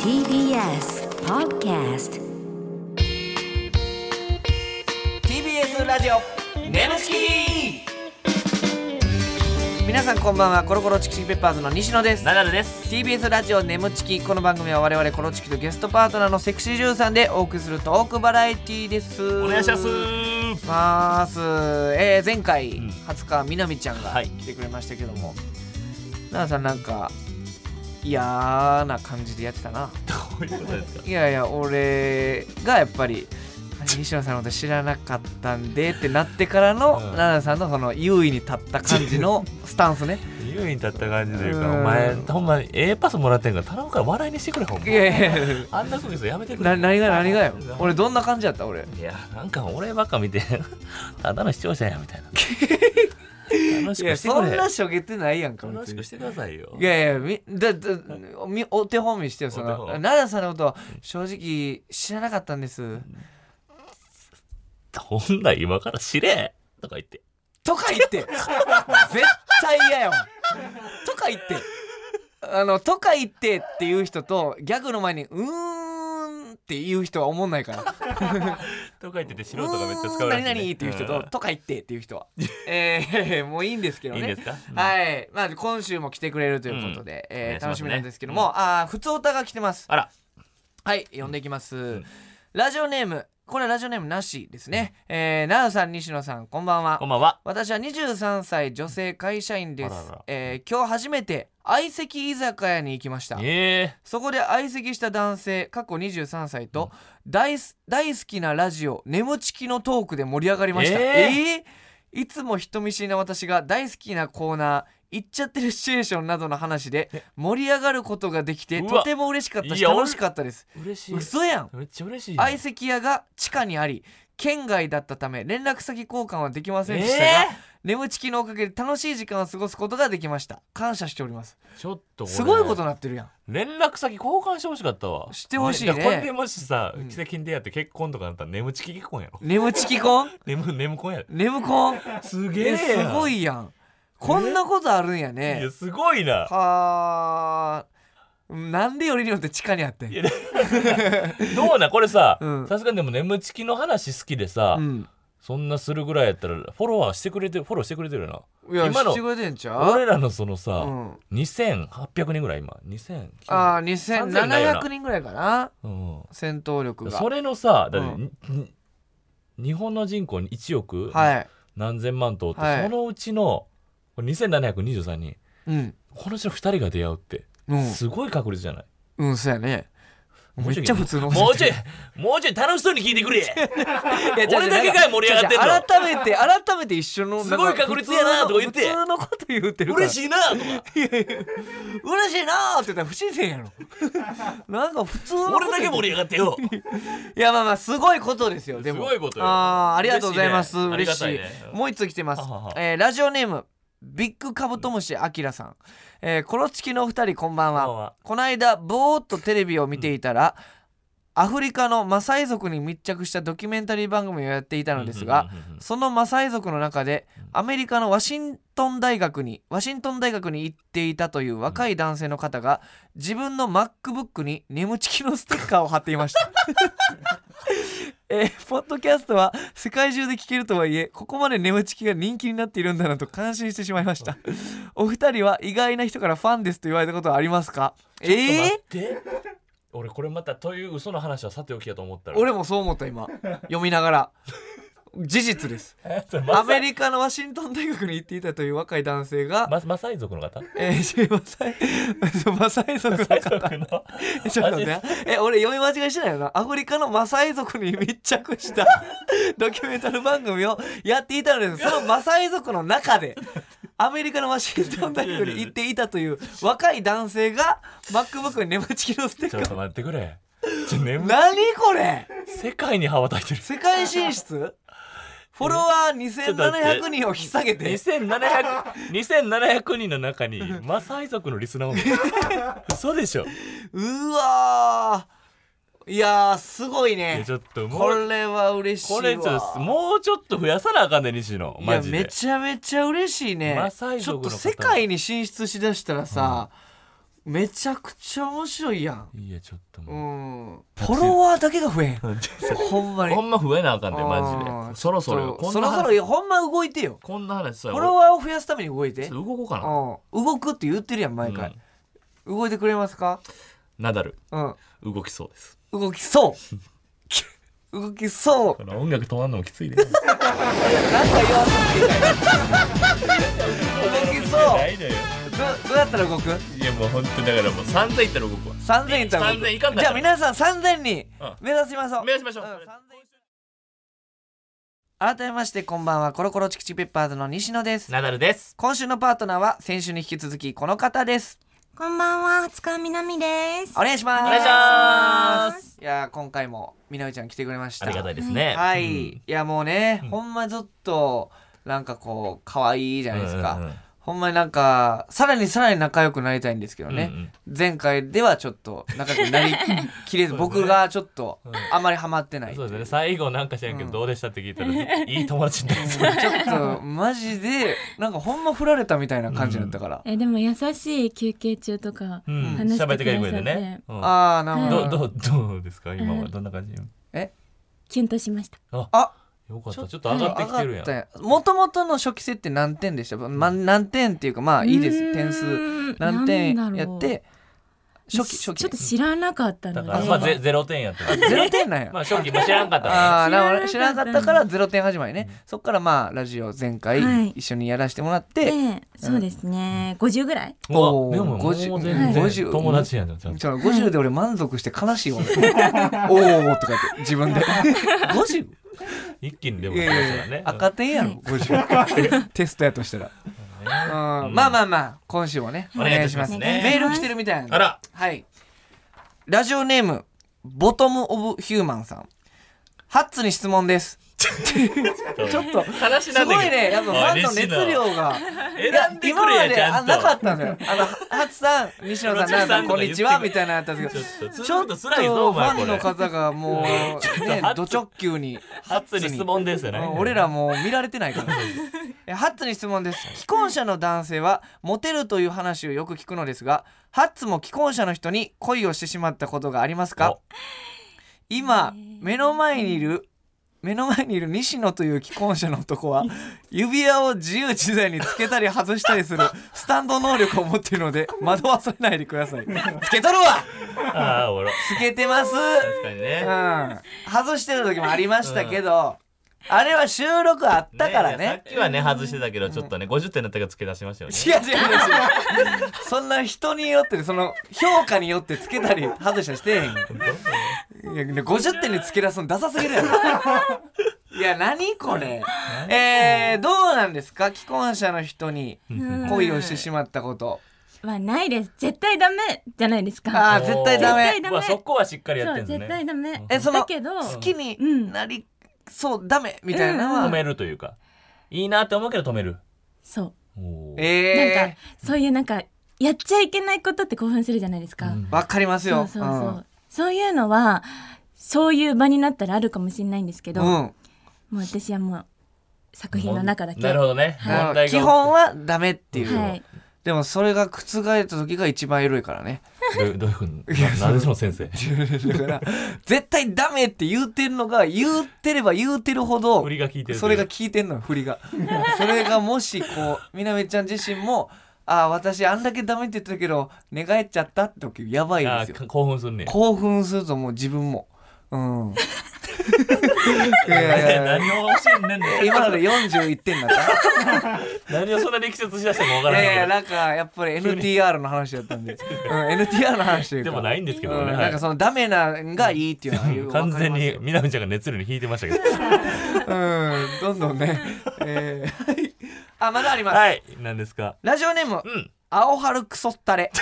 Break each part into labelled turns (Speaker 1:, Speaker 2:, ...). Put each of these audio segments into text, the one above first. Speaker 1: TBS Podcast
Speaker 2: TBS ラジオネムチキ皆さんこんばんはコロコロチキチキペッパーズの西野です
Speaker 3: ナダルです。
Speaker 2: TBS ラジオネムチキこの番組は我々コロチキとゲストパートナーのセクシージュンさんでお送りするトークバラエティーです
Speaker 3: お願いします。
Speaker 2: ますえー前回
Speaker 3: ん
Speaker 2: 20日みなみちゃんが
Speaker 3: はい
Speaker 2: 来てくれましたけども、ナダさんなんか嫌な感じでやってたな
Speaker 3: どういうことですか。
Speaker 2: いやいや俺がやっぱりあれ西野さんのこと知らなかったんでってなってからの
Speaker 3: うん
Speaker 2: 奈々、さんのその優位に立った感じ のスタンスね
Speaker 3: 優位に立った感じという
Speaker 2: う
Speaker 3: か、
Speaker 2: ん
Speaker 3: お前、ほんまに、ええパスもらってんから、頼むから笑いにしてくれ、ほんま
Speaker 2: い。やいやい
Speaker 3: あんな空気さやめて
Speaker 2: や
Speaker 3: く
Speaker 2: な
Speaker 3: れ。
Speaker 2: 何が何がよ俺
Speaker 3: 俺。
Speaker 2: どんな感じやった俺
Speaker 3: いや、なんか俺ばっか見て、ただの視聴者やみたいな。楽し
Speaker 2: い
Speaker 3: く
Speaker 2: や
Speaker 3: してく
Speaker 2: そん
Speaker 3: れ。
Speaker 2: なしょげてないやんか
Speaker 3: 楽
Speaker 2: 別
Speaker 3: し
Speaker 2: に
Speaker 3: くしてくださいよ
Speaker 2: い。やいやみだだみお手本見してよその
Speaker 3: お手本
Speaker 2: 奈々さんのことは正直知らなかったんです
Speaker 3: ほんなら今から知れとか言って。
Speaker 2: とか言って絶対嫌よとか言ってあのとか言ってっていう人とギャグの前に「うーん」っていう人は思んないから「
Speaker 3: とか言ってて、素
Speaker 2: う
Speaker 3: 人がめっちゃ使
Speaker 2: ー
Speaker 3: うんらし
Speaker 2: 何
Speaker 3: いね。
Speaker 2: 々」っていう人と
Speaker 3: ん
Speaker 2: 「とか言って」っていう 人はえー、もういいんですけど
Speaker 3: いいん
Speaker 2: ね
Speaker 3: ですかうん
Speaker 2: はい、まあ、今週も来てくれるということで、
Speaker 3: お
Speaker 2: え
Speaker 3: 願
Speaker 2: ー
Speaker 3: い
Speaker 2: 楽し
Speaker 3: しますね
Speaker 2: みなんですけども、ああ普通歌が来てます
Speaker 3: あら、
Speaker 2: はい読んでいきます、
Speaker 3: ん
Speaker 2: ラジオネームこれはラジオネームなしですね、えー、なおさん西野さんこんばんは
Speaker 3: こんばんは。
Speaker 2: 私は23歳女性会社員です
Speaker 3: あらら
Speaker 2: えー今日初めて相席居酒屋に行きました
Speaker 3: ええ。
Speaker 2: そこで相席した男性過去23歳と大す大好きなラジオ「眠ちき」のトークで盛り上がりました
Speaker 3: え
Speaker 2: えーいつも人見知りな私が大好きなコーナー行っちゃってるシチュエーションなどの話で盛り上がることができて
Speaker 3: うわ
Speaker 2: とても嬉しかったし
Speaker 3: いや俺
Speaker 2: 楽しかったです
Speaker 3: 嬉しい。
Speaker 2: 嘘やん
Speaker 3: めっちゃ嬉しいね。
Speaker 2: 相席屋が地下にあり県外だったため連絡先交換はできませんでしたが、
Speaker 3: え
Speaker 2: 眠ちきのおかげで楽しい時間を過ごすことができました感謝しております
Speaker 3: え。ちょっと。
Speaker 2: すごいこと。になってるやん
Speaker 3: 連絡先交換してほしかったわ
Speaker 2: してほしいね
Speaker 3: だからこれでもしさ
Speaker 2: うん
Speaker 3: 奇跡に出会って結婚とかなったら眠ちき結婚やろ
Speaker 2: 眠ちき婚
Speaker 3: 眠眠婚やろ
Speaker 2: 眠婚
Speaker 3: す
Speaker 2: え
Speaker 3: げえ
Speaker 2: すご
Speaker 3: い
Speaker 2: いやんこんなことあるんや
Speaker 3: いや
Speaker 2: ね
Speaker 3: すごいな
Speaker 2: はあなんでよりによって地下にあってん
Speaker 3: いやどうなこれさ
Speaker 2: うん
Speaker 3: さすがにでも眠ちきの話好きでさ、
Speaker 2: うん
Speaker 3: そんなするぐらいやったらフォロワーしてくれてるフォローしてくれてるよ
Speaker 2: いや
Speaker 3: 今の
Speaker 2: してくれてんちゃ
Speaker 3: な俺
Speaker 2: う
Speaker 3: らのその
Speaker 2: う
Speaker 3: さ、
Speaker 2: ん
Speaker 3: 2800人ぐらい今2000
Speaker 2: ああ
Speaker 3: 3000だよな
Speaker 2: 2700人ぐらいかな
Speaker 3: うん
Speaker 2: 戦闘力が
Speaker 3: それのさだって、
Speaker 2: うん
Speaker 3: に日本の人口に1億
Speaker 2: はい
Speaker 3: 何千万頭って、
Speaker 2: はい
Speaker 3: そのうちのこれ2723人
Speaker 2: うん
Speaker 3: このうちの2人が出会うって、
Speaker 2: うん
Speaker 3: すごい確率じゃない
Speaker 2: うんそうやねめっちゃ普通の
Speaker 3: もうちょいもうちょい楽しそうに聞いて くれ
Speaker 2: いやじゃあ
Speaker 3: 俺だけかい盛り上がってんの
Speaker 2: じゃあ改めて改めて一緒の
Speaker 3: すごい確率やなとか言って
Speaker 2: 普通のこと言ってるから
Speaker 3: 嬉しいなとか
Speaker 2: 嬉しいなーって言ったら不自然やろ なんか普通のこと
Speaker 3: 俺だけ盛り上がってよ
Speaker 2: いやまあまあすごいことですよでも
Speaker 3: すごいこと よ
Speaker 2: あーありがとうございます
Speaker 3: 嬉しいね
Speaker 2: 嬉しい,、
Speaker 3: ありがたいねうん
Speaker 2: もう一つ来てます
Speaker 3: ははは
Speaker 2: えーラジオネームビッグカブトムシアキラさん、えーコロチキのお二人こんばんは
Speaker 3: こんばんは
Speaker 2: この間ぼーっとテレビを見ていたら、アフリカのマサイ族に密着したドキュメンタリー番組をやっていたのですが、
Speaker 3: うんうんうんうん
Speaker 2: そのマサイ族の中でアメリカのワシントン大学にワシントン大学に行っていたという若い男性の方が自分の MacBook に眠ちきのステッカーを貼っていま した。えーポッドキャストは世界中で聞けるとはいえここまで眠ちきが人気になっているんだなと感心してしまいましたお二人は意外な人からファンですと言われたことはありますかえ
Speaker 3: ちょっ
Speaker 2: ー、
Speaker 3: と待って俺これまたという嘘の話はさておきやと思ったら
Speaker 2: 俺もそう思った今読みながら事実です
Speaker 3: えそれ
Speaker 2: ア
Speaker 3: マサ
Speaker 2: メリカのワシントン大学に行っていたという若い男性が
Speaker 3: ママサイ族の方
Speaker 2: えー、知りませ ん。マサイ族 の
Speaker 3: マサイ
Speaker 2: 方。
Speaker 3: 族の
Speaker 2: ちょっとね。え、俺読み間違いしてないよな。アフリカのマサイ族に密着した ドキュメンタル番組をやっていたのです。そのマサイ族の中で、アメリカのワシントン大学に行っていたという若い男性が、MacBook に眠ちきのステッ
Speaker 3: ちょっ
Speaker 2: カ
Speaker 3: と待ってくれちょ眠
Speaker 2: ー。何これ
Speaker 3: 世界に羽ばたいてる
Speaker 2: 世界進出 フォロワー2700人を引っ提げて。
Speaker 3: 2700 2700人の中にマサイ族のリスナーもいる嘘でしょ
Speaker 2: うわー。いやー、すごい
Speaker 3: いや
Speaker 2: ね
Speaker 3: ち。ょっとも
Speaker 2: こ
Speaker 3: う
Speaker 2: れは嬉しいわ
Speaker 3: これちょっともうちょっと増やさなあかんね西野
Speaker 2: いや
Speaker 3: マジ
Speaker 2: め
Speaker 3: で
Speaker 2: ちゃめちゃ嬉しいね
Speaker 3: マサイ
Speaker 2: ちょ
Speaker 3: 族
Speaker 2: っ
Speaker 3: の
Speaker 2: と
Speaker 3: 方
Speaker 2: 世界に進出しだしたらさ、めちゃくちゃ面白いやん
Speaker 3: いやちょっと
Speaker 2: う
Speaker 3: も
Speaker 2: んフォロワーだけが増えんほんま
Speaker 3: う
Speaker 2: に
Speaker 3: ほんま増えなあかんで
Speaker 2: あー
Speaker 3: マジでそろそろよ
Speaker 2: ちょっと
Speaker 3: こん
Speaker 2: そ
Speaker 3: な
Speaker 2: ろ
Speaker 3: 話
Speaker 2: そろいやほんま動いてよ
Speaker 3: こんな話さ
Speaker 2: フォロワーを増やすために動いて
Speaker 3: 俺
Speaker 2: う
Speaker 3: ち
Speaker 2: ん
Speaker 3: ょっと動こうかな
Speaker 2: 動くって言ってるやん毎回、動いてくれますか
Speaker 3: ナダル
Speaker 2: うん
Speaker 3: 動きそうです
Speaker 2: 動きそう 動きそう
Speaker 3: この音楽止まんのもきついね動
Speaker 2: なんか 言わせて動きそう
Speaker 3: ないのよ
Speaker 2: どどうやったら動く
Speaker 3: いやもう本当だからもう散々言ったら動くわ
Speaker 2: ?3000 いったら動く
Speaker 3: 3000いかんな
Speaker 2: じゃあ皆さん3000に
Speaker 3: うん
Speaker 2: 目指しましょう、
Speaker 3: 目指しましょう
Speaker 2: うん3000改めましてこんばんはコロコロチキチキペッパーズの西野です
Speaker 3: ナダルです
Speaker 2: 今週のパートナーは先週に引き続きこの方です
Speaker 4: こんばんは、塚みなみです。
Speaker 2: お願いします
Speaker 3: お願いします
Speaker 2: いやー今回もみなみちゃん来てくれました
Speaker 3: ありがたいですね
Speaker 2: はい、
Speaker 3: うん
Speaker 2: いやもうね、
Speaker 3: うん
Speaker 2: ほんまちょっとなんかこう可愛いじゃないですか、
Speaker 3: うんうんうん
Speaker 2: ほんまになんかさらにさらに仲良くなりたいんですけどね、
Speaker 3: うんうん
Speaker 2: 前回ではちょっと仲良くなりきれず、
Speaker 3: そうですね
Speaker 2: 僕がちょっと
Speaker 3: うん
Speaker 2: あまりハマってない、
Speaker 3: そうですね最後なんか知らんけ
Speaker 2: うん
Speaker 3: どどうでしたって聞いたらいい友達になりそう
Speaker 2: ちょっとマジでなんかほんま振られたみたいな感じだったから、
Speaker 5: えでも優しい休憩中とか、
Speaker 3: うん
Speaker 5: 話して
Speaker 3: 喋っ
Speaker 5: くださって
Speaker 3: てくれる声でねうん
Speaker 2: ああなるほ
Speaker 3: ど
Speaker 2: ど
Speaker 3: うどうどうですか今
Speaker 5: う
Speaker 3: は
Speaker 5: ん
Speaker 3: どんな感じ
Speaker 5: キュンとしました。
Speaker 2: あ
Speaker 3: よかっ
Speaker 2: ちょ
Speaker 3: たちょっと上がってきてるやん
Speaker 2: もともとの初期設定何点でした、ま、何点っていうかまあいいで
Speaker 5: うー
Speaker 2: す
Speaker 5: ん
Speaker 2: 点数何点やっ。
Speaker 5: なんだろ
Speaker 2: て
Speaker 5: う
Speaker 2: 初期初期
Speaker 5: ちょっと知らなかった
Speaker 3: だ
Speaker 5: ので。
Speaker 3: からまあゼゼロ点やった
Speaker 2: ゼロ点なんや
Speaker 3: まあ正直も知らんかったから
Speaker 2: ああー
Speaker 5: 知らな
Speaker 2: なるほどね知らな
Speaker 5: かった
Speaker 2: かったからゼロ点始まりね、
Speaker 3: うん
Speaker 2: そっからまあラジオ前
Speaker 4: は
Speaker 2: 回
Speaker 4: い
Speaker 2: 一緒にやらせてもらって、
Speaker 4: で、そうですね、50ぐらい。
Speaker 3: うわ
Speaker 2: おー
Speaker 3: でももう全
Speaker 2: 50
Speaker 3: 然友達やんちゃんと
Speaker 2: その50で俺満足して悲しいわ。お ーおーとか言って自分で。50?
Speaker 3: 一気にでも
Speaker 2: いやい
Speaker 3: 友達
Speaker 2: や
Speaker 3: だ
Speaker 2: いや
Speaker 3: ね
Speaker 2: 赤点やろ、50。テストやとしたら。うんまあまあまあ、今週もね、お
Speaker 3: お願
Speaker 2: 願い
Speaker 3: いいた
Speaker 2: し
Speaker 3: し
Speaker 2: ま。
Speaker 3: ますすね
Speaker 2: メール来てるみたいなんで
Speaker 3: あら
Speaker 2: はい。ラジオネーム、ボトム・オブ・ヒューマンさん。ハッツに質問です。
Speaker 3: ちょっ
Speaker 2: ちょっと。す
Speaker 3: 話なんだ
Speaker 2: ご
Speaker 3: け
Speaker 2: い
Speaker 3: ど
Speaker 2: ね、やっぱファンの熱量が。いや
Speaker 3: 選んで
Speaker 2: 今
Speaker 3: くれ
Speaker 2: ま
Speaker 3: やち
Speaker 2: で
Speaker 3: ゃ
Speaker 2: あ
Speaker 3: ん
Speaker 2: なかっ
Speaker 3: と
Speaker 2: たのよ。あの、ハツさん、西野さん、ナナさん、こんにちは、みたいなのやったんですけど。
Speaker 3: ちょっと
Speaker 2: ち
Speaker 3: ち
Speaker 2: ょ
Speaker 3: ょ
Speaker 2: っ
Speaker 3: っ
Speaker 2: と
Speaker 3: と
Speaker 2: フ
Speaker 3: 辛いぞお前
Speaker 2: ァ
Speaker 3: こ
Speaker 2: ンの
Speaker 3: れ
Speaker 2: 方がも うね
Speaker 3: 初
Speaker 2: ド直球に
Speaker 3: 初に質問ですよね
Speaker 2: うん俺らもう見られてない からえハッツに質問です既婚者の男性はモテるという話をよく聞くのですがハッツも既婚者の人に恋をしてしまったことがありますか
Speaker 3: お
Speaker 2: 今目の前にいる目の前にいる西野という既婚者の男は指輪を自由自在につけたり外したりするスタンド能力を持っているので惑わされないでくださいつけとるわ
Speaker 3: ああおもろ
Speaker 2: つけてます
Speaker 3: 確かにね
Speaker 2: うん、外してる時もありましたけど、あれは収録あったから
Speaker 3: さっ
Speaker 2: ね。
Speaker 3: きはね外してたけどちょっとね50点だったから付け出しましたよね
Speaker 2: 違う違う違う違う。そんな人によってねその評価によってつけたり外したりしてへん。いや50点につけ出すのダサすぎるやろ。 いや何これ。えー、どうなんですか既婚者の人に恋をしてしまったこと。
Speaker 5: はないです。絶対ダメじゃないです
Speaker 2: あ
Speaker 5: か。
Speaker 2: ー絶対ダメ
Speaker 5: 絶対ダメ
Speaker 3: うわそこはしっかりやっ
Speaker 5: そ
Speaker 3: て
Speaker 5: うん
Speaker 3: です
Speaker 5: 絶対
Speaker 3: ね
Speaker 5: ダメ。
Speaker 2: えその
Speaker 5: だけど
Speaker 2: 好きに
Speaker 5: うん
Speaker 2: なり、そうダメみたいなのは。
Speaker 3: 止めるというかいいなって思うけど止める
Speaker 5: そ
Speaker 3: おー
Speaker 5: う
Speaker 2: え
Speaker 5: なんかそういうなんかやっちゃいけないことって興奮するじゃないですか。
Speaker 3: うん
Speaker 2: ー、わかります
Speaker 5: そ
Speaker 2: よ。
Speaker 5: うそうそう、そういうのはそういう場になったらあるかもしれないんですけど、
Speaker 2: うん。う
Speaker 5: も
Speaker 2: ん
Speaker 5: う私はもう作品の中だけ。
Speaker 3: なるほどね
Speaker 2: なるほ
Speaker 3: 問
Speaker 2: ど
Speaker 3: 題が
Speaker 2: 基本はダメっていう、
Speaker 5: はい。
Speaker 2: でもそれが覆った時が一番エロいからね
Speaker 3: どうどういうことななんでその先生
Speaker 2: だから絶対ダメって言うてんのが言うてれば言うてるほど
Speaker 3: 振りが効いてる
Speaker 2: それが効いてんのよ振りが それがもしこうみなみちゃん自身もああ私あんだけダメって言ってたけど寝返っちゃったって時やばい
Speaker 3: あ
Speaker 2: です
Speaker 3: ー
Speaker 2: よ
Speaker 3: か興奮するね
Speaker 2: 興奮するともう自分もうん いやいやいや
Speaker 3: 何を欲しいんねんね ん
Speaker 2: 今ので41点だった
Speaker 3: 何をそんな力説しだしたか分か
Speaker 2: い
Speaker 3: ら
Speaker 2: やいや
Speaker 3: ない
Speaker 2: なんかやっぱり NTR の話だったんで、うん、NTR の話とい
Speaker 3: け
Speaker 2: うか
Speaker 3: どでもないんですけ
Speaker 2: う
Speaker 3: ど
Speaker 2: ん、
Speaker 3: ね
Speaker 2: なんかそのダメなんがいいっていうのはよくわ
Speaker 3: 完
Speaker 2: かり
Speaker 3: 全
Speaker 2: ますよ
Speaker 3: に南ちゃんが熱量に引いてましたけ
Speaker 2: う
Speaker 3: ど
Speaker 2: んどんどんね、えー、はいあまだあります、
Speaker 3: はい何ですか
Speaker 2: ラジオネーム
Speaker 3: うん
Speaker 2: 青春クソったれ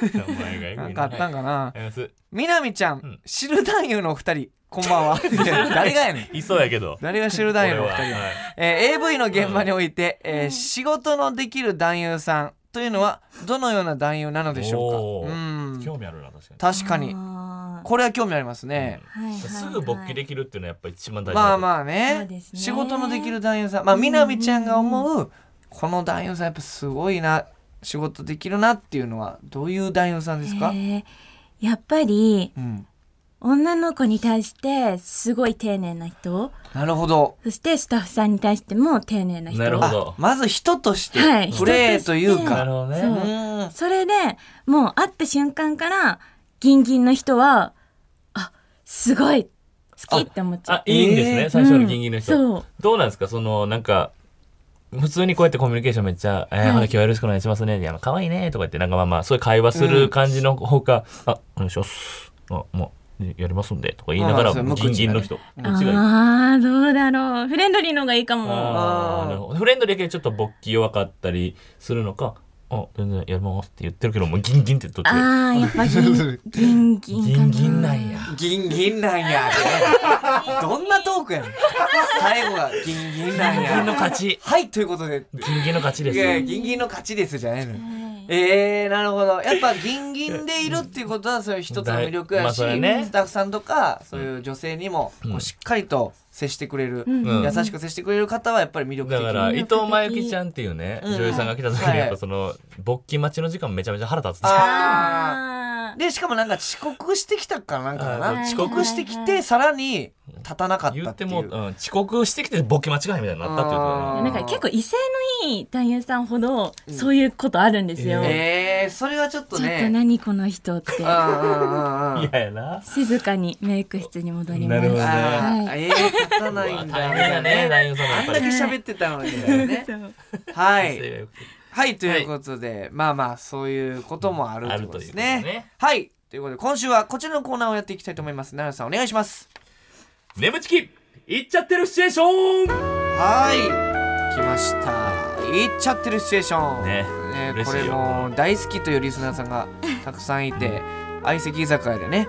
Speaker 3: 名前がエグ
Speaker 2: ないん
Speaker 3: な
Speaker 2: かあったんかな
Speaker 3: あります
Speaker 2: みなみちゃん、
Speaker 3: ん
Speaker 2: 知る男優のお二人こんばん はいや誰がやねん
Speaker 3: いそうやけど
Speaker 2: 誰が知る男優のお二人
Speaker 3: これははい
Speaker 2: えー AV の現場において、えー仕事のできる男優さんというのはどのような男優なのでしょう
Speaker 3: お
Speaker 2: かう
Speaker 3: ー
Speaker 2: ん
Speaker 3: 興味あるな確かに
Speaker 2: 確かに
Speaker 4: あー
Speaker 2: これは興味ありますね、
Speaker 4: はいはいはい
Speaker 3: すぐ勃起できるっていうのはやっぱ一番大事
Speaker 2: まあ
Speaker 3: あ
Speaker 2: まあ
Speaker 5: そ
Speaker 2: ね
Speaker 5: うですね
Speaker 2: 仕事のできる男優さんまあみなみちゃんが思うこの男優さんやっぱすごいな仕事できるなっていうのはどういう男優さんですか、
Speaker 5: えーやっぱり
Speaker 2: うん、
Speaker 5: 女の子に対してすごい丁寧な人
Speaker 2: なるほど
Speaker 5: そしてスタッフさんに対しても丁寧な人
Speaker 3: なるほど
Speaker 2: あまず人として
Speaker 5: はい
Speaker 2: プレーという
Speaker 3: な
Speaker 2: か、
Speaker 3: るほどね。
Speaker 5: そううんそれでもう会った瞬間からギンギンの人はあすごい好きって思っち
Speaker 3: あ
Speaker 5: ゃ、う。
Speaker 3: いいんですね、
Speaker 2: えー
Speaker 3: 最初のギンギンの人。
Speaker 5: そう
Speaker 3: どうなんですかその、なんか、普通にこうやってコミュニケーションめっちゃ、えー、ほな今日はよろしくお願いしますね。いや、可愛いね。とか言って、なんかまあまあ、そういう会話する感じのほか、あ、お願いします。あ、もう、やりますんで。とか言いながら、
Speaker 2: あ
Speaker 3: ギ
Speaker 2: ーそう
Speaker 3: ンギンの人。
Speaker 2: 無
Speaker 3: こっちがいい
Speaker 5: ああどうだろうフレンドリーの方がいいかも
Speaker 3: あ
Speaker 2: あー
Speaker 3: ーなるほどフレンドリーだけどちょっと勃起弱かったりするのかあ全然やりますって言ってるけどもうギンギンって取ってる
Speaker 5: あーやっぱギンギ ンギン
Speaker 3: ギ
Speaker 5: かな
Speaker 3: ンギンなんや
Speaker 2: ギンギンなんやどんなトークやねん最後がギンギンな
Speaker 3: ギ
Speaker 2: ん
Speaker 3: ンギン
Speaker 2: や
Speaker 3: の勝ち
Speaker 2: はいということで
Speaker 3: ギンギンの勝ちで
Speaker 2: い
Speaker 3: す
Speaker 2: やいや
Speaker 3: よ
Speaker 2: ギンギンの勝ちですじゃないのよ
Speaker 5: はい
Speaker 2: えー、なるほ どやっぱギンギンでいるっていうことはそういう一つの魅力
Speaker 3: ま
Speaker 2: や
Speaker 3: あ
Speaker 2: し、
Speaker 3: それね
Speaker 2: スタッフさんとかそういう女性にも
Speaker 3: うん
Speaker 2: こうしっかりと接してくれる、
Speaker 3: ん
Speaker 2: 優しく接してくれる方はやっぱり魅力
Speaker 3: だ
Speaker 2: 的
Speaker 3: から
Speaker 5: ん
Speaker 3: 伊藤真由紀ちゃんっていうね
Speaker 2: うん
Speaker 3: 女優さんが来た時
Speaker 2: はい
Speaker 3: にやっぱその勃起待ちの時間めちゃめちゃ腹立つって
Speaker 2: あ
Speaker 5: あ
Speaker 2: ーでしかもなんか遅刻してきたからなんかか
Speaker 3: あー
Speaker 2: な
Speaker 3: 遅
Speaker 2: 遅
Speaker 3: 刻
Speaker 2: 刻してきてさらに立たなかっ
Speaker 3: 言
Speaker 2: た
Speaker 3: っ
Speaker 2: って
Speaker 3: て
Speaker 2: いう
Speaker 3: もう、うん、遅刻してきて勃起間違いみたいになったっていうことだ
Speaker 2: あ
Speaker 3: ね
Speaker 2: ー
Speaker 5: なんか結構威勢のいい男優さんほどそういうことあるんですよ、
Speaker 3: うん
Speaker 2: えー、それはちょっと
Speaker 5: ちょっ
Speaker 2: ね
Speaker 5: と何この人って
Speaker 2: あ
Speaker 3: 嫌やな
Speaker 5: 静かにメイク室に戻りま
Speaker 3: なる
Speaker 5: す
Speaker 3: ほどね
Speaker 2: あ
Speaker 5: は
Speaker 2: ー
Speaker 5: い
Speaker 2: えー、立たないんだ
Speaker 3: 大変やね男優さんも
Speaker 2: あ
Speaker 3: や
Speaker 2: ん
Speaker 3: っ
Speaker 2: だ
Speaker 3: ぱ
Speaker 2: け
Speaker 3: り
Speaker 2: 喋ってたのにだよ ねはいはいということで、まあまあそういうこともあると
Speaker 3: あ
Speaker 2: い
Speaker 3: る
Speaker 2: うことで
Speaker 3: とい
Speaker 2: す
Speaker 3: うこと
Speaker 2: ね
Speaker 3: ね
Speaker 2: はいということで今週はこちらのコーナーをやっていきたいと思います奈良さんお願いします
Speaker 3: 眠ちき行っちゃってるシチュエーション
Speaker 2: はい来ました言っちゃってるシチュエーション
Speaker 3: ね嬉
Speaker 2: こ
Speaker 3: しい
Speaker 2: れ
Speaker 3: よ
Speaker 2: もう大好きというリスナーさんがたくさんいて相席居酒屋でね、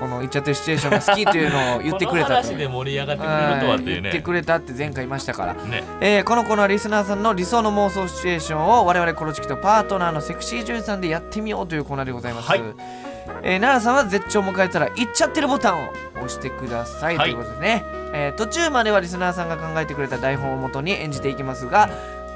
Speaker 2: この言っちゃってるシチュエーションが好きというのを言ってくれた
Speaker 3: この
Speaker 2: と
Speaker 3: 話で盛り上がってくれるとはっていう
Speaker 2: 言
Speaker 3: ね
Speaker 2: ってくれたって前回言いましたから、
Speaker 3: ね
Speaker 2: えーこのコーナーはリスナーさんの理想の妄想シチュエーションを我々コロチキとパートナーのセクシー女優さんでやってみようというコーナーでございます、
Speaker 3: はい
Speaker 2: えー奈良さんは絶頂を迎えたら「行っちゃってる」ボタンを押してください、
Speaker 3: はい
Speaker 2: ということでね、えー途中まではリスナーさんが考えてくれた台本をもとに演じていきますが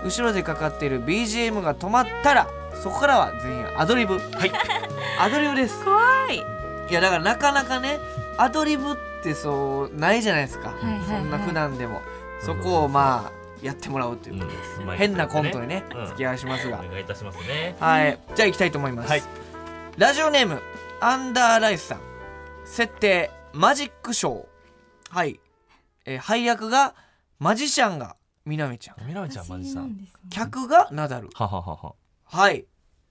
Speaker 2: 後ろでかかっている BGM が止まったらそこからは全員アドリブ
Speaker 3: はい
Speaker 2: アドリブです怖いいやだからなかなかねアドリブってそうないじゃないですか、
Speaker 5: いはいはい
Speaker 2: そんな普段でもそこをまあやってもらおうということで、
Speaker 3: うん
Speaker 2: 変なコントにね、
Speaker 3: うん
Speaker 2: 付き合いしますが
Speaker 3: お願いいたしますね
Speaker 2: はいじゃあ行きたいと思います、
Speaker 3: はい
Speaker 2: ラジオネームアンダーライスさん設定マジックショーはい、えー配役がマジシャンがみなみちゃん
Speaker 3: みなみちゃんマジさん
Speaker 2: 客がナダル
Speaker 3: はははは
Speaker 2: はい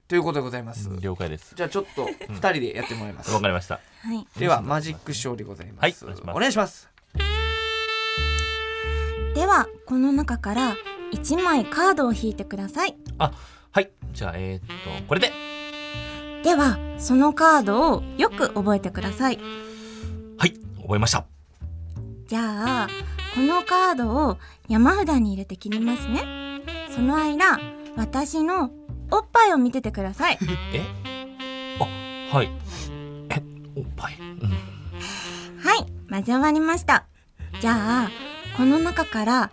Speaker 2: ということでございます、
Speaker 3: 了解です
Speaker 2: じゃあちょっと2人でやってもらいます、
Speaker 3: わかりました
Speaker 5: はい
Speaker 2: ではマジックショーでございます。
Speaker 3: はい
Speaker 2: お願いします。
Speaker 5: ではこの中から1枚カードを引いてください
Speaker 3: あはいじゃあえー、っとこれで
Speaker 5: ではそのカードをよく覚えてください
Speaker 3: はい覚えました
Speaker 5: じゃあこのカードを山札に入れて切りますねその間私のおっぱいを見ててください
Speaker 3: えあはいえおっぱいうん
Speaker 5: はい混ぜ終わりましたじゃあこの中から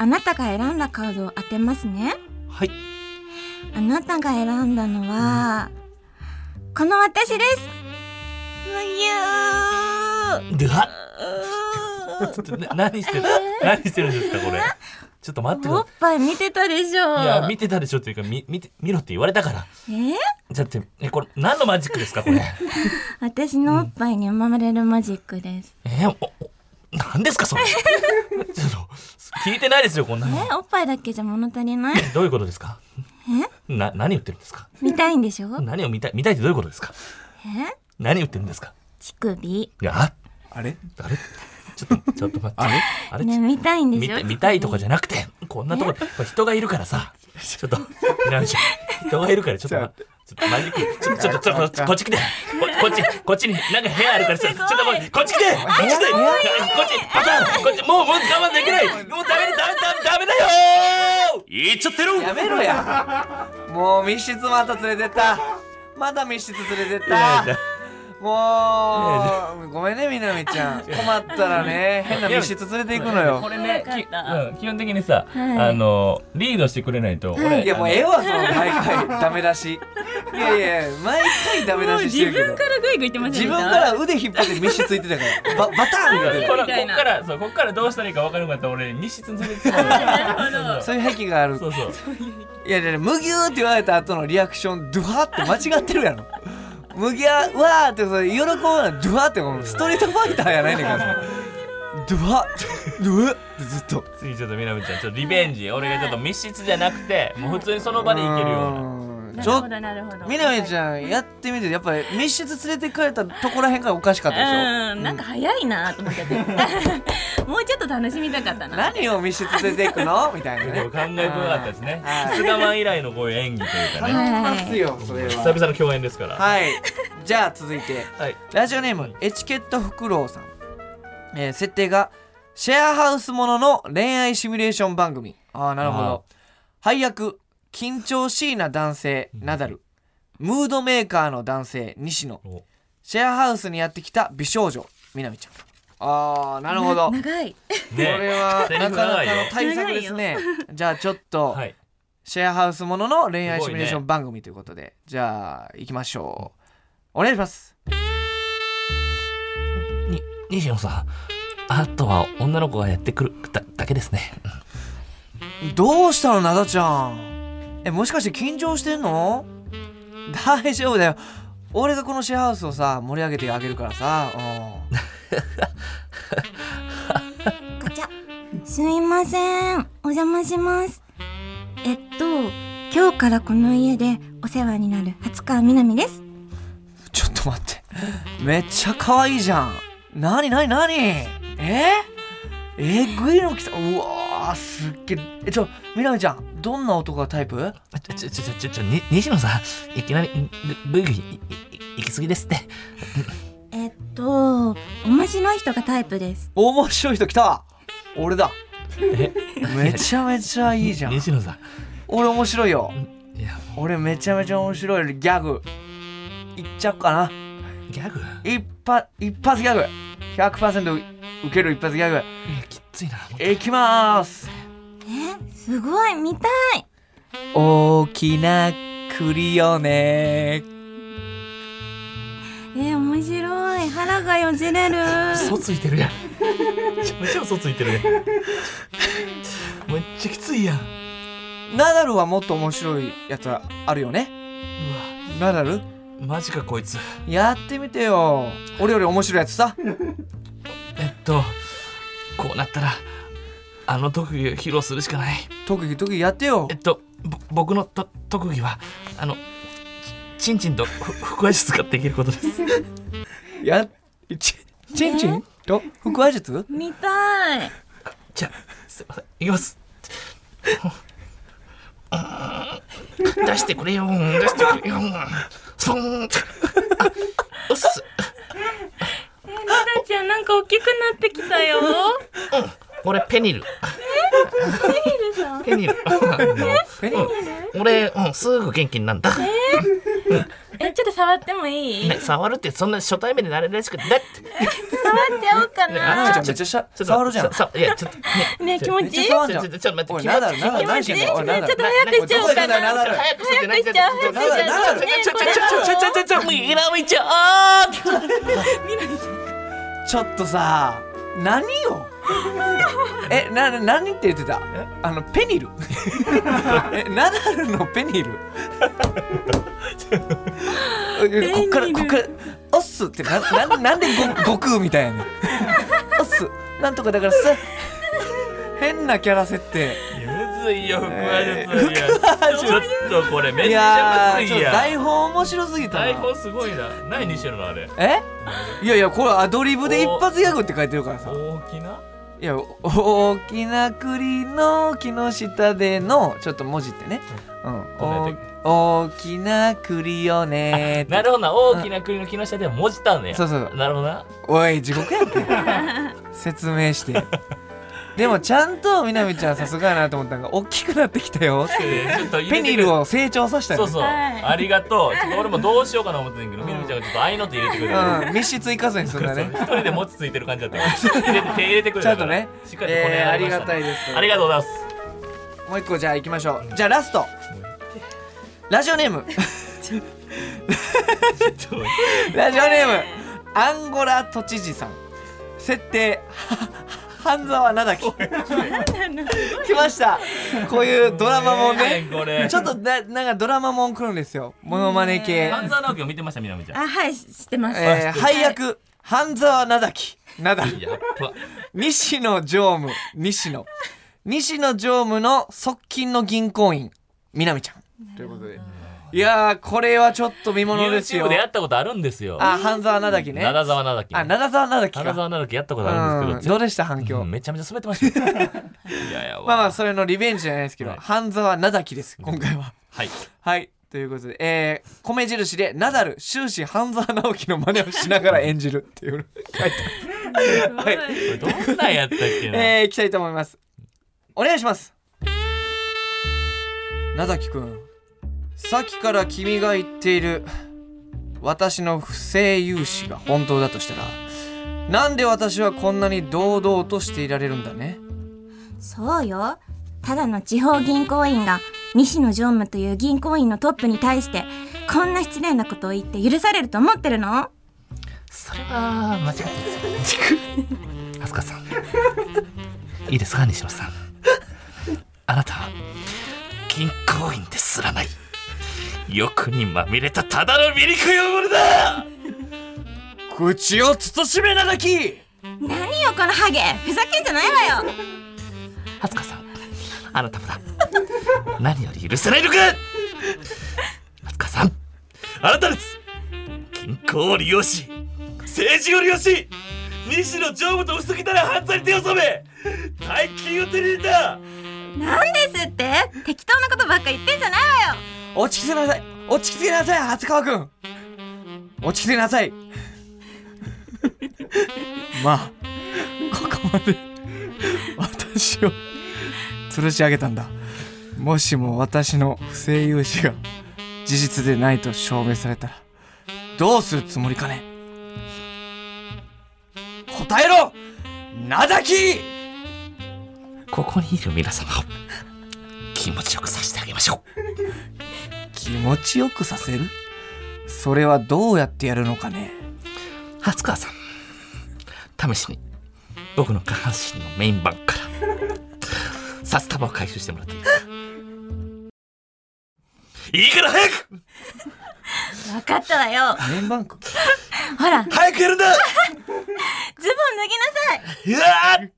Speaker 5: あなたが選んだカードを当てますね
Speaker 3: はい
Speaker 5: あなたが選んだのはこの私ですむぎゅー
Speaker 3: ではちょっとな何してる何してるんですかこれちょっと待ってく
Speaker 5: お
Speaker 3: だ
Speaker 5: っぱい見てたでしょ
Speaker 3: いや見てたでしょっていうかみ見て見ろって言われたから
Speaker 5: えー
Speaker 3: だってえこれ何のマジックですかこれ
Speaker 5: 私のおっぱいに生まれるマジックです、
Speaker 3: えー、おお何ですかそれ ちょっと聞いてないですよこんなの
Speaker 5: えおっぱいだけじゃ物足りない
Speaker 3: どういうことですかな何言ってるんですか
Speaker 5: 見たいんでしょ
Speaker 3: 何を見たい見たいってどういうことですか
Speaker 5: え
Speaker 3: 何言ってるんですか
Speaker 5: 乳首
Speaker 3: いやあ
Speaker 2: あれ？
Speaker 3: あれちょっとちょっと待ってあれあれ、
Speaker 5: ね
Speaker 3: ち
Speaker 5: 見たいんで
Speaker 3: 見
Speaker 5: しょ
Speaker 3: た見たいとかじゃなくてこんなとここれ人がいるからさちょっとみなみちゃん人がいるからちょっとまちょっとマジックちょっとちょっとちょっとこっち来てここっちこっちになんか部屋あるからちょっとちょっとこっちこっち来てこっち来てこっちパターンこっちもうもう我慢できないもうダメだダメだダメだよーいっちゃって る
Speaker 2: やめろや。もう密室また連れてった。まだ密室連れてっ
Speaker 3: いやい
Speaker 2: た
Speaker 3: や。
Speaker 2: もうごめんねみなみちゃん困ったらね変な密室連れていくの
Speaker 3: こ
Speaker 2: よ
Speaker 3: れね、き
Speaker 4: 早かった
Speaker 3: うん基本的にさ、
Speaker 5: はい
Speaker 3: あのリードしてくれないと、俺
Speaker 2: いやもうええわその毎回ダメ出しいやいや毎回ダメ
Speaker 4: もう
Speaker 2: 出しし
Speaker 4: 自
Speaker 2: て
Speaker 4: 分
Speaker 2: るけど
Speaker 4: からグイグイ言ってました
Speaker 2: 自
Speaker 4: ね
Speaker 2: 分から腕引っ張って密室行ってたからババターン言ってた
Speaker 3: この
Speaker 4: み
Speaker 3: こ
Speaker 4: たい
Speaker 3: っ
Speaker 4: な
Speaker 3: からそうこっからどうしたらいいか分からなかったら俺密室に連れてってもらう
Speaker 4: なる
Speaker 2: そういう癖がある
Speaker 3: そうそう
Speaker 2: いやいや無牛って言われた後のリアクションドゥハって間違ってるやろ 無牛はうわーってそれ喜ぶのはドゥハってもうストリートファイターやないねんからさドゥハドゥハってずっと
Speaker 3: 次ちょっとみなみちゃんちょっとリベンジ俺がちょっと密室じゃなくてもう普通にその場でいけるような
Speaker 2: うん
Speaker 4: ほど
Speaker 2: ちょっと
Speaker 4: なるほど
Speaker 2: みなみちゃんやってみてやっぱり密室連れてかれたとこらへんからおかしかったでしょ
Speaker 4: うんなんか早いなと思っ ちゃってもうちょっと楽しみたかったな
Speaker 2: 何を密室連れていくのみたいなね
Speaker 3: でも考えてなかったですね
Speaker 2: はい
Speaker 3: 菅マン以来のこういう演技というかね
Speaker 2: ますよそれ
Speaker 3: 久
Speaker 2: は
Speaker 3: 々の共演ですからは
Speaker 2: はいじゃあ続いて
Speaker 3: い
Speaker 2: ラジオネームエチケットフクロウさん、えー設定がシェアハウスものの恋愛シミュレーション番組ああなるほど配役緊張しいな男性ナダルムードメーカーの男性西野
Speaker 3: お
Speaker 2: シェアハウスにやってきた美少女みなみちゃんああなるほどこ
Speaker 5: 長い
Speaker 2: れ
Speaker 3: ね
Speaker 2: は
Speaker 3: セリ
Speaker 2: な
Speaker 3: フ
Speaker 2: かな
Speaker 3: 長
Speaker 2: か
Speaker 3: いよ
Speaker 2: の対策ですねじゃあちょっと、
Speaker 3: はい
Speaker 2: シェアハウスものの恋愛シミュレーション番組ということで、じゃあ行きましょうお願いします
Speaker 3: に西野さんあとは女の子がやってくるだだけですね
Speaker 2: どうしたのなだちゃんえもしかして緊張してんの大丈夫だよ俺がこのシェアハウスをさ盛り上げてあげるからさうん
Speaker 5: ガチャすいませんお邪魔しますえっと今日からこの家でお世話になる初川みなみです
Speaker 2: ちょっと待ってめっちゃ可愛いじゃんなになになにええぐいの来たうわーすっげええちょみなみちゃんどんな男がタイプ
Speaker 3: あちょちょちょちょちょに西野さんいきなりぐぐいぐいいい行き過ぎですって
Speaker 5: えっと面白い人がタイプです
Speaker 2: 面白い人来た俺だ
Speaker 3: え
Speaker 2: めちゃめちゃいいじゃん
Speaker 3: 西野さ
Speaker 2: 俺面白いよ
Speaker 3: んいや
Speaker 2: 俺めちゃめちゃ面白いギャグいっちゃおうかな
Speaker 3: ギャグ
Speaker 2: 一発一発ギャグ100%受ける一発ギャグ
Speaker 3: いやきっついなもう
Speaker 2: いきます
Speaker 5: えすごい見たい
Speaker 2: 大きな栗よね
Speaker 5: え面白い腹がよじれる
Speaker 3: 嘘ついてるやんめちゃめちゃ嘘ついてるやんめっちゃきついやんうわ
Speaker 2: ナダルはもっと面白いやつあるよねナダル
Speaker 3: マジかこいつ
Speaker 2: やってみてよ俺より面白いやつさ
Speaker 3: えっとこうなったらあの特技を披露するしかない
Speaker 2: 特技特技やってよ
Speaker 3: えっとぼ僕のと特技はあのちちんちんとふ腹話術ができることです
Speaker 2: やちちんちんと腹話術
Speaker 5: 見たい
Speaker 3: じゃあすいませんいきますうん出してくれよ出してくれよそんあうっす
Speaker 4: なだちゃんなんか大きくなってきたよ
Speaker 3: 俺ペニルペニルさんペニル
Speaker 2: ペニー
Speaker 3: うん俺、うん、すぐ元気になるんだ、
Speaker 4: えちょっと触ってもい い
Speaker 3: ね触るってそんな初対面で慣れらしくてだって
Speaker 4: 触っちゃおうか
Speaker 3: ね
Speaker 4: な
Speaker 2: ナダル
Speaker 3: あ
Speaker 2: ちゃん
Speaker 3: ち
Speaker 2: め
Speaker 3: ょ
Speaker 2: っちゃしゃ
Speaker 3: ちょっと
Speaker 2: 触るじゃん
Speaker 3: ささいやちょっとね
Speaker 4: ね気
Speaker 3: ちょ
Speaker 4: 持
Speaker 2: めっ
Speaker 4: ち
Speaker 2: ち
Speaker 4: い
Speaker 2: ゃ
Speaker 4: い
Speaker 2: 触る
Speaker 3: ち
Speaker 2: じ
Speaker 3: ょ
Speaker 2: ゃん
Speaker 3: ちょちょちょっと
Speaker 2: おい
Speaker 3: 待って
Speaker 2: ナダルナダル何してんのおいナダ
Speaker 4: ちょっ
Speaker 2: ル
Speaker 4: と早くしちゃおうか
Speaker 2: な
Speaker 4: な
Speaker 2: ななな
Speaker 3: 早くし
Speaker 4: 早
Speaker 3: て
Speaker 4: くしちゃう
Speaker 3: ちょっと
Speaker 4: 早くしちゃう
Speaker 2: なな
Speaker 4: ね
Speaker 3: ちょ
Speaker 4: これ
Speaker 3: ちょちょちょちょちょちょみなみちゃん
Speaker 2: ちょっとさ何よえなな何って言ってた
Speaker 3: え
Speaker 2: あのペ ニルえナダルのペニルえこっからこっから「おっす」ってなななんでご悟空みたいやねんおっすなんとかだからさ変なキャラ設定
Speaker 3: むずいよ腹話
Speaker 2: えー
Speaker 3: 術いやちょっとこれめっ
Speaker 2: い
Speaker 3: ちゃ
Speaker 2: や
Speaker 3: む
Speaker 2: ーち
Speaker 3: ず
Speaker 2: ょっと
Speaker 3: いやん
Speaker 2: 台本面白すぎたな
Speaker 3: 台本すごいな何にしてるのあれ
Speaker 2: えいやいやこれアドリブで一発ギャグって書いてるからさ
Speaker 3: 大きない
Speaker 2: や大きな栗の木の下でのちょっと文字ってね、うん、お大きな栗よね
Speaker 3: なるほどな大きな国の木下では文字たんねや
Speaker 2: そうそう
Speaker 3: なるほどな
Speaker 2: おい地獄やんけ説明してでもちゃんとみなみちゃんさすがやなと思ったのが大きくなってきたよ
Speaker 3: でちょっと入れてくれ
Speaker 2: ペニルを成長させた
Speaker 3: そ
Speaker 2: よ
Speaker 3: う
Speaker 2: ね
Speaker 3: そう、
Speaker 4: はい
Speaker 3: ありがとうちょっと俺もどうしようかな思ってんけどみなみちゃんがちょっと合いの手入れてくれて
Speaker 2: うん密室行かずに済んだね
Speaker 3: 一人で餅ついてる感じだ ったから入れて手入れてくれ
Speaker 2: ちゃ
Speaker 3: た
Speaker 2: んと
Speaker 3: から
Speaker 2: ね
Speaker 3: しっかりこれ
Speaker 2: えー
Speaker 3: や
Speaker 2: あ
Speaker 3: り
Speaker 2: り
Speaker 3: まし
Speaker 2: が
Speaker 3: たね
Speaker 2: たいです
Speaker 3: ありがとうござい
Speaker 2: もう一個じゃあ行きましょうじゃあラストラジオネーム
Speaker 3: ますちょっと
Speaker 2: ラジオネームアンゴラ都知事さん設定は半沢直樹 来ましたこういうドラマもね
Speaker 3: これ
Speaker 2: ちょっとななんかドラマもん来るんですよモノマネ系、
Speaker 3: 半沢直樹を見てましたみなみちゃん
Speaker 5: あはい知ってます、
Speaker 2: えー、配役半沢直樹なだ
Speaker 3: やっぱ
Speaker 2: 西野常務西野西野常務の側近の銀行員南ちゃんということでいやーこれはちょっと見ものです
Speaker 3: YouTube
Speaker 2: よ
Speaker 3: でやったことあるんですよ
Speaker 2: あ半沢直樹ね
Speaker 3: 灘沢直樹
Speaker 2: あ灘沢直樹
Speaker 3: 灘
Speaker 2: か
Speaker 3: 沢直樹やったことあるん
Speaker 2: う
Speaker 3: で
Speaker 2: ん
Speaker 3: すけど
Speaker 2: どうでした反響、
Speaker 3: うんめちゃめちゃ滑ってま したよいやい
Speaker 2: ま
Speaker 3: や
Speaker 2: あまあ
Speaker 3: わ
Speaker 2: それのリベンジじゃないですけど、
Speaker 3: はい
Speaker 2: 半沢直樹です今回は
Speaker 3: はい
Speaker 2: はいということで、えー、米印でナダル終始半沢直樹の真似をしながら演じるっていうのはい
Speaker 3: これどんなんやったっけな
Speaker 2: えー、いきたいと思いますお願いしますなだきくんさっきから君が言っている私の不正融資が本当だとしたらなんで私はこんなに堂々としていられるんだね
Speaker 5: そうよただの地方銀行員が西野常務という銀行員のトップに対してこんな失礼なことを言って許されると思ってるの
Speaker 3: それは間違ってますよ。飛鳥さん。いいですか、西野さん。あなたは銀行員ですらない。欲にまみれたただの醜い汚れだ。
Speaker 2: 口を慎めなだき
Speaker 5: 何よこのハゲふざけんじゃないわよ
Speaker 3: 飛鳥さん、あなたもだ。何より許せないのか。飛鳥さん、あなたです。銀行を利用し、政治を利用し、西野常務と薄汚い犯罪に手を染め、大金を手に入れた。
Speaker 5: なんですって適当なことばっか言ってんじゃないわよ
Speaker 2: 落ち着きなさい落ち着きなさい初川くん落ち着きなさい まあここまで私を吊るし上げたんだもしも私の不正融資が事実でないと証明されたらどうするつもりかね答えろなだき
Speaker 3: ここにいる皆様を気持ちよくさせてあげましょう
Speaker 2: 気持ちよくさせるそれはどうやってやるのか ね
Speaker 3: 初川さん試しに僕の下半身のメインバンクから札束を回収してもらっていいですかいいから早く
Speaker 5: 分かったわよ
Speaker 2: メインバンク
Speaker 5: ほらズボン脱
Speaker 3: 早くやるんだ
Speaker 5: ぎなさいう
Speaker 3: わー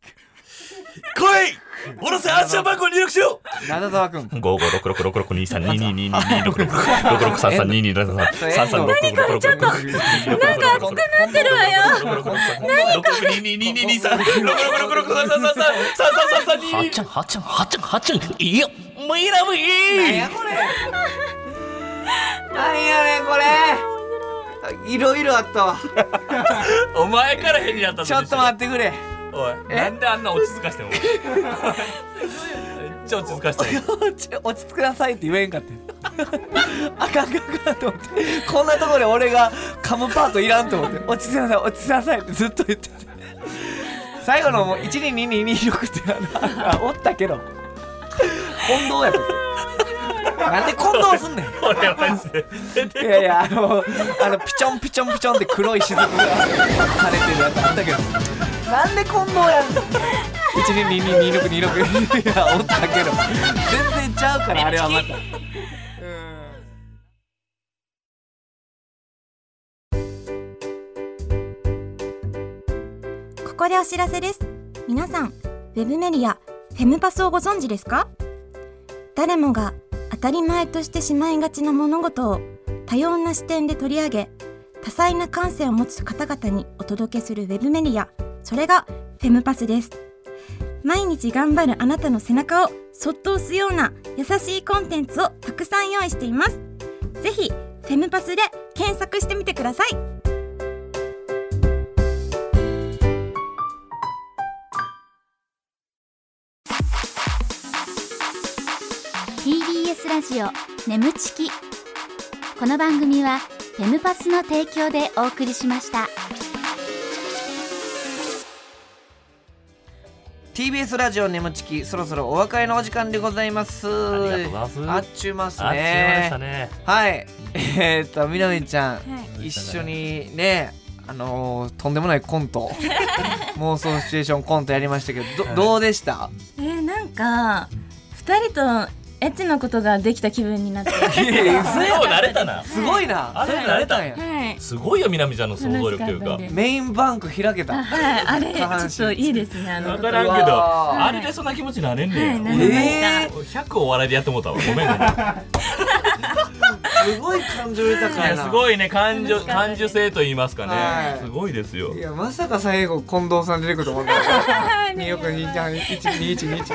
Speaker 3: 来いおろせ暗証番号を入力しよう
Speaker 2: 灘沢くん
Speaker 3: 五五六六六六二三二二二二二六六六六三三二二六三三三六六六六六なんか熱くなってるわよ。何これ。二二二二二三六六六六三三三三三三三三二。はちゃんはちゃんはちゃんはちゃん。いや、もういいなも
Speaker 2: な
Speaker 3: う
Speaker 2: ん
Speaker 3: いい
Speaker 2: や。これなんやねんこれいろいろあったわ
Speaker 3: お前から変になったぞ。
Speaker 2: ちょっと待ってくれ
Speaker 3: おい、なんであんな落ち着かしてんの。めっちゃ落ち着かしてんの。
Speaker 2: 落ち 落ち着きなさいって言えんかって あかんあかんあかんと思ってこんなところで俺が噛むパートいらんと思って落ち着きなさい落ち着きなさいってずっと言ってて最後のもう122226ってあのあおったけど近藤やったっけなんで近藤すんねん
Speaker 3: 俺はマジで。
Speaker 2: いやいやあのあのピチョンピチョンピチョンって黒い雫が垂れてるやつあったけどなんで近藤やん12222626いやおったけど全然ちゃうからあれはまた
Speaker 5: ここでお知らせです皆さんウェブメディアフェムパスをご存知ですか誰もが当たり前としてしまいがちな物事を多様な視点で取り上げ多彩な感性を持つ方々にお届けするウェブメディアそれがフェムパスです毎日頑張るあなたの背中をそっと押すような優しいコンテンツをたくさん用意していますぜひフェムパスで検索してみてください
Speaker 6: ラジオ眠ちきこの番組はフェムパスの提供でお送りしました
Speaker 2: TBS ラジオ眠ちきそろそろお別れのお時間でございます
Speaker 3: ありがとうございます
Speaker 2: あっちゅうます
Speaker 3: あっちゅうまし
Speaker 2: ね
Speaker 3: たね
Speaker 2: はいえー、っとみなみちゃん
Speaker 4: はい
Speaker 2: 一緒にねあのーとんでもないコント妄想シチュエーションコントやりましたけどどどうでした
Speaker 4: えー、なんか二人とエッチなことができた気分にな って。
Speaker 2: いやいやす
Speaker 3: それを慣れたな
Speaker 2: すごいな
Speaker 3: あれ
Speaker 2: そなれたんや
Speaker 4: はい。
Speaker 3: すごいよ南ちゃんの想像力というか
Speaker 4: 楽しかったんで
Speaker 2: メインバンク開け
Speaker 4: あ
Speaker 2: た
Speaker 4: はい、あれ、
Speaker 2: 下半身
Speaker 4: ちょっといいですね、あの
Speaker 3: 分
Speaker 4: 言葉。
Speaker 3: からんけ
Speaker 2: うわ
Speaker 3: ど
Speaker 2: ー
Speaker 3: あれでそんな気持ちになれんねん
Speaker 4: はいな
Speaker 2: え
Speaker 4: れま
Speaker 2: え
Speaker 4: し
Speaker 2: ー
Speaker 3: 俺100お笑いでやってもうたわごめんごめんい
Speaker 2: すごい感情豊かや
Speaker 3: や
Speaker 2: な
Speaker 3: すごいね感情
Speaker 4: 楽しかった
Speaker 3: 感
Speaker 4: です
Speaker 3: 受性と言いますか
Speaker 2: は
Speaker 3: ね
Speaker 2: い
Speaker 3: すごいですよ
Speaker 2: いやまさか最後近藤さん出てくると思った2億23121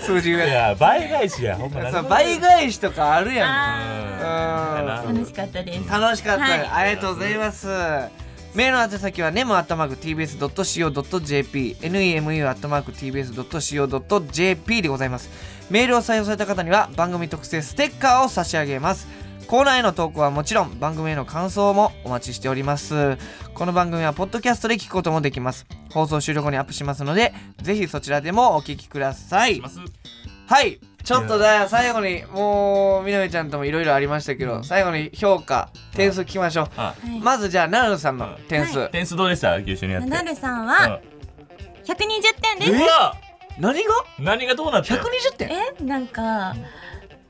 Speaker 2: 数 字
Speaker 3: い
Speaker 2: 上
Speaker 3: や倍返しやほんま
Speaker 2: さ倍返しとかあるやん
Speaker 4: あ
Speaker 2: うん
Speaker 4: ー楽しかったです。
Speaker 2: 楽しかった、
Speaker 4: はい
Speaker 2: ありがとうございますメールの宛先は nemu.tbs.co.jp nemu.tbs.co.jp でございますメールを採用された方には番組特製ステッカーを差し上げますコーナーへの投稿はもちろん番組への感想もお待ちしておりますこの番組はポッドキャストで聞くこともできます放送終了後にアップしますのでぜひそちらでもお聞きくださいはいちょっとだ最後にもうみなみちゃんともいろいろありましたけど、最後に評価点数聞きましょう、
Speaker 3: あ
Speaker 4: はい
Speaker 2: まずじゃあナナさんの点数、
Speaker 3: 点数どうでした九州にやって
Speaker 5: ナダルさん
Speaker 3: う
Speaker 5: は
Speaker 3: ん
Speaker 5: 120点です
Speaker 3: うわ
Speaker 2: 何が
Speaker 3: 何がどうなったよ
Speaker 2: 120点
Speaker 4: え、なんか。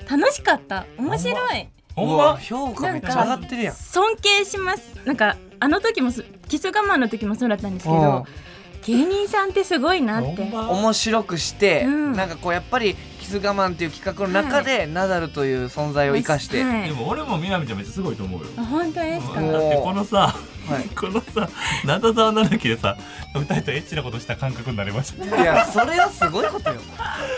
Speaker 4: 楽しかった、面白い。
Speaker 3: ほん
Speaker 2: うわ
Speaker 3: ま
Speaker 2: 評価めっちゃ上がってるやん
Speaker 4: 尊敬します。なんか、あの時もす、キス我慢の時もそうだったんですけ
Speaker 2: うん
Speaker 4: ど。芸人さんってすごいなって。
Speaker 2: 面白くして、
Speaker 4: うん
Speaker 2: なんかこうやっぱり「キス我慢」っていう企画の中で、ナダルという存在を生かして、
Speaker 4: は
Speaker 3: で
Speaker 4: い
Speaker 3: も俺もみなみちゃんめっちゃすごいと思うよ
Speaker 4: あ本当ですか。
Speaker 3: だっ
Speaker 2: うん
Speaker 3: てこのさ
Speaker 2: はい
Speaker 3: このさ灘沢ならきでさ歌人とエッチなことした感覚になりました
Speaker 2: いやそれはすごいことよ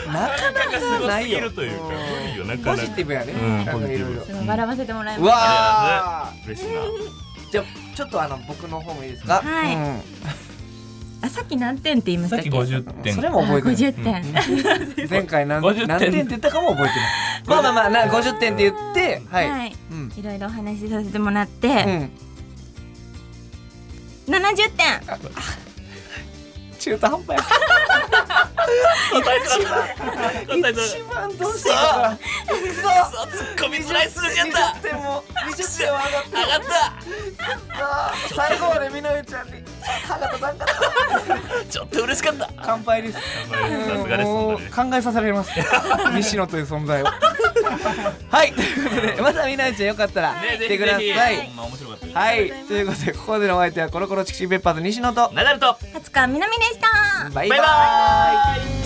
Speaker 2: なかな
Speaker 3: なんかす
Speaker 2: か
Speaker 3: ご
Speaker 2: な
Speaker 3: す
Speaker 2: い
Speaker 3: ぎ
Speaker 2: よ
Speaker 3: るというか無理よな
Speaker 2: ポ
Speaker 3: かな
Speaker 2: ジティ
Speaker 3: か
Speaker 2: ブやね、
Speaker 3: うん
Speaker 2: なんかいろいろ
Speaker 3: ポ
Speaker 4: ち
Speaker 3: ジテ
Speaker 4: ょっと笑わせてもらいうまし
Speaker 2: わー
Speaker 3: 嬉しいな
Speaker 2: じゃあちょっとあの僕の方もいいですか、
Speaker 4: はい
Speaker 2: うん
Speaker 4: た。あ、さっき何点って言いまし
Speaker 3: さ
Speaker 4: た
Speaker 3: っ
Speaker 4: っけ。
Speaker 3: き50点
Speaker 2: それも覚えて
Speaker 4: 五
Speaker 2: ない
Speaker 4: 十点。
Speaker 2: 前回何
Speaker 3: 50点
Speaker 2: 何点って言ったかも覚えてないまあまあまあな50点って言ってはい、
Speaker 4: はい
Speaker 2: うん
Speaker 4: いろいろお話しさせてもらっ
Speaker 2: う
Speaker 4: て、
Speaker 2: ん
Speaker 4: 七十点。
Speaker 2: 中途半端
Speaker 3: 答えづらかった答え
Speaker 2: や
Speaker 3: づらかっ
Speaker 2: 一番どうしていいかく
Speaker 3: たツッコみづらい数字やった
Speaker 2: 20点も20点も上がった上がったくそ最後までみのりちゃんに歯が立たんかった
Speaker 3: ちょっと嬉しかった
Speaker 2: 乾杯です
Speaker 3: さすがです
Speaker 2: も
Speaker 3: 本
Speaker 2: う
Speaker 3: 当に
Speaker 2: 考えさせられます西野という存在をはいということでまたみのりちゃんよかったら来
Speaker 3: ねぜ
Speaker 2: て
Speaker 3: ひ
Speaker 2: くだ
Speaker 3: ぜ
Speaker 2: さい、
Speaker 3: ひほんま面白かったです
Speaker 2: はい、ということでここでのお相手はコロコロチキシーペッパーズ西野と
Speaker 3: ナダルと
Speaker 5: 初川みなみでした
Speaker 2: バイバイ
Speaker 3: バイバーイ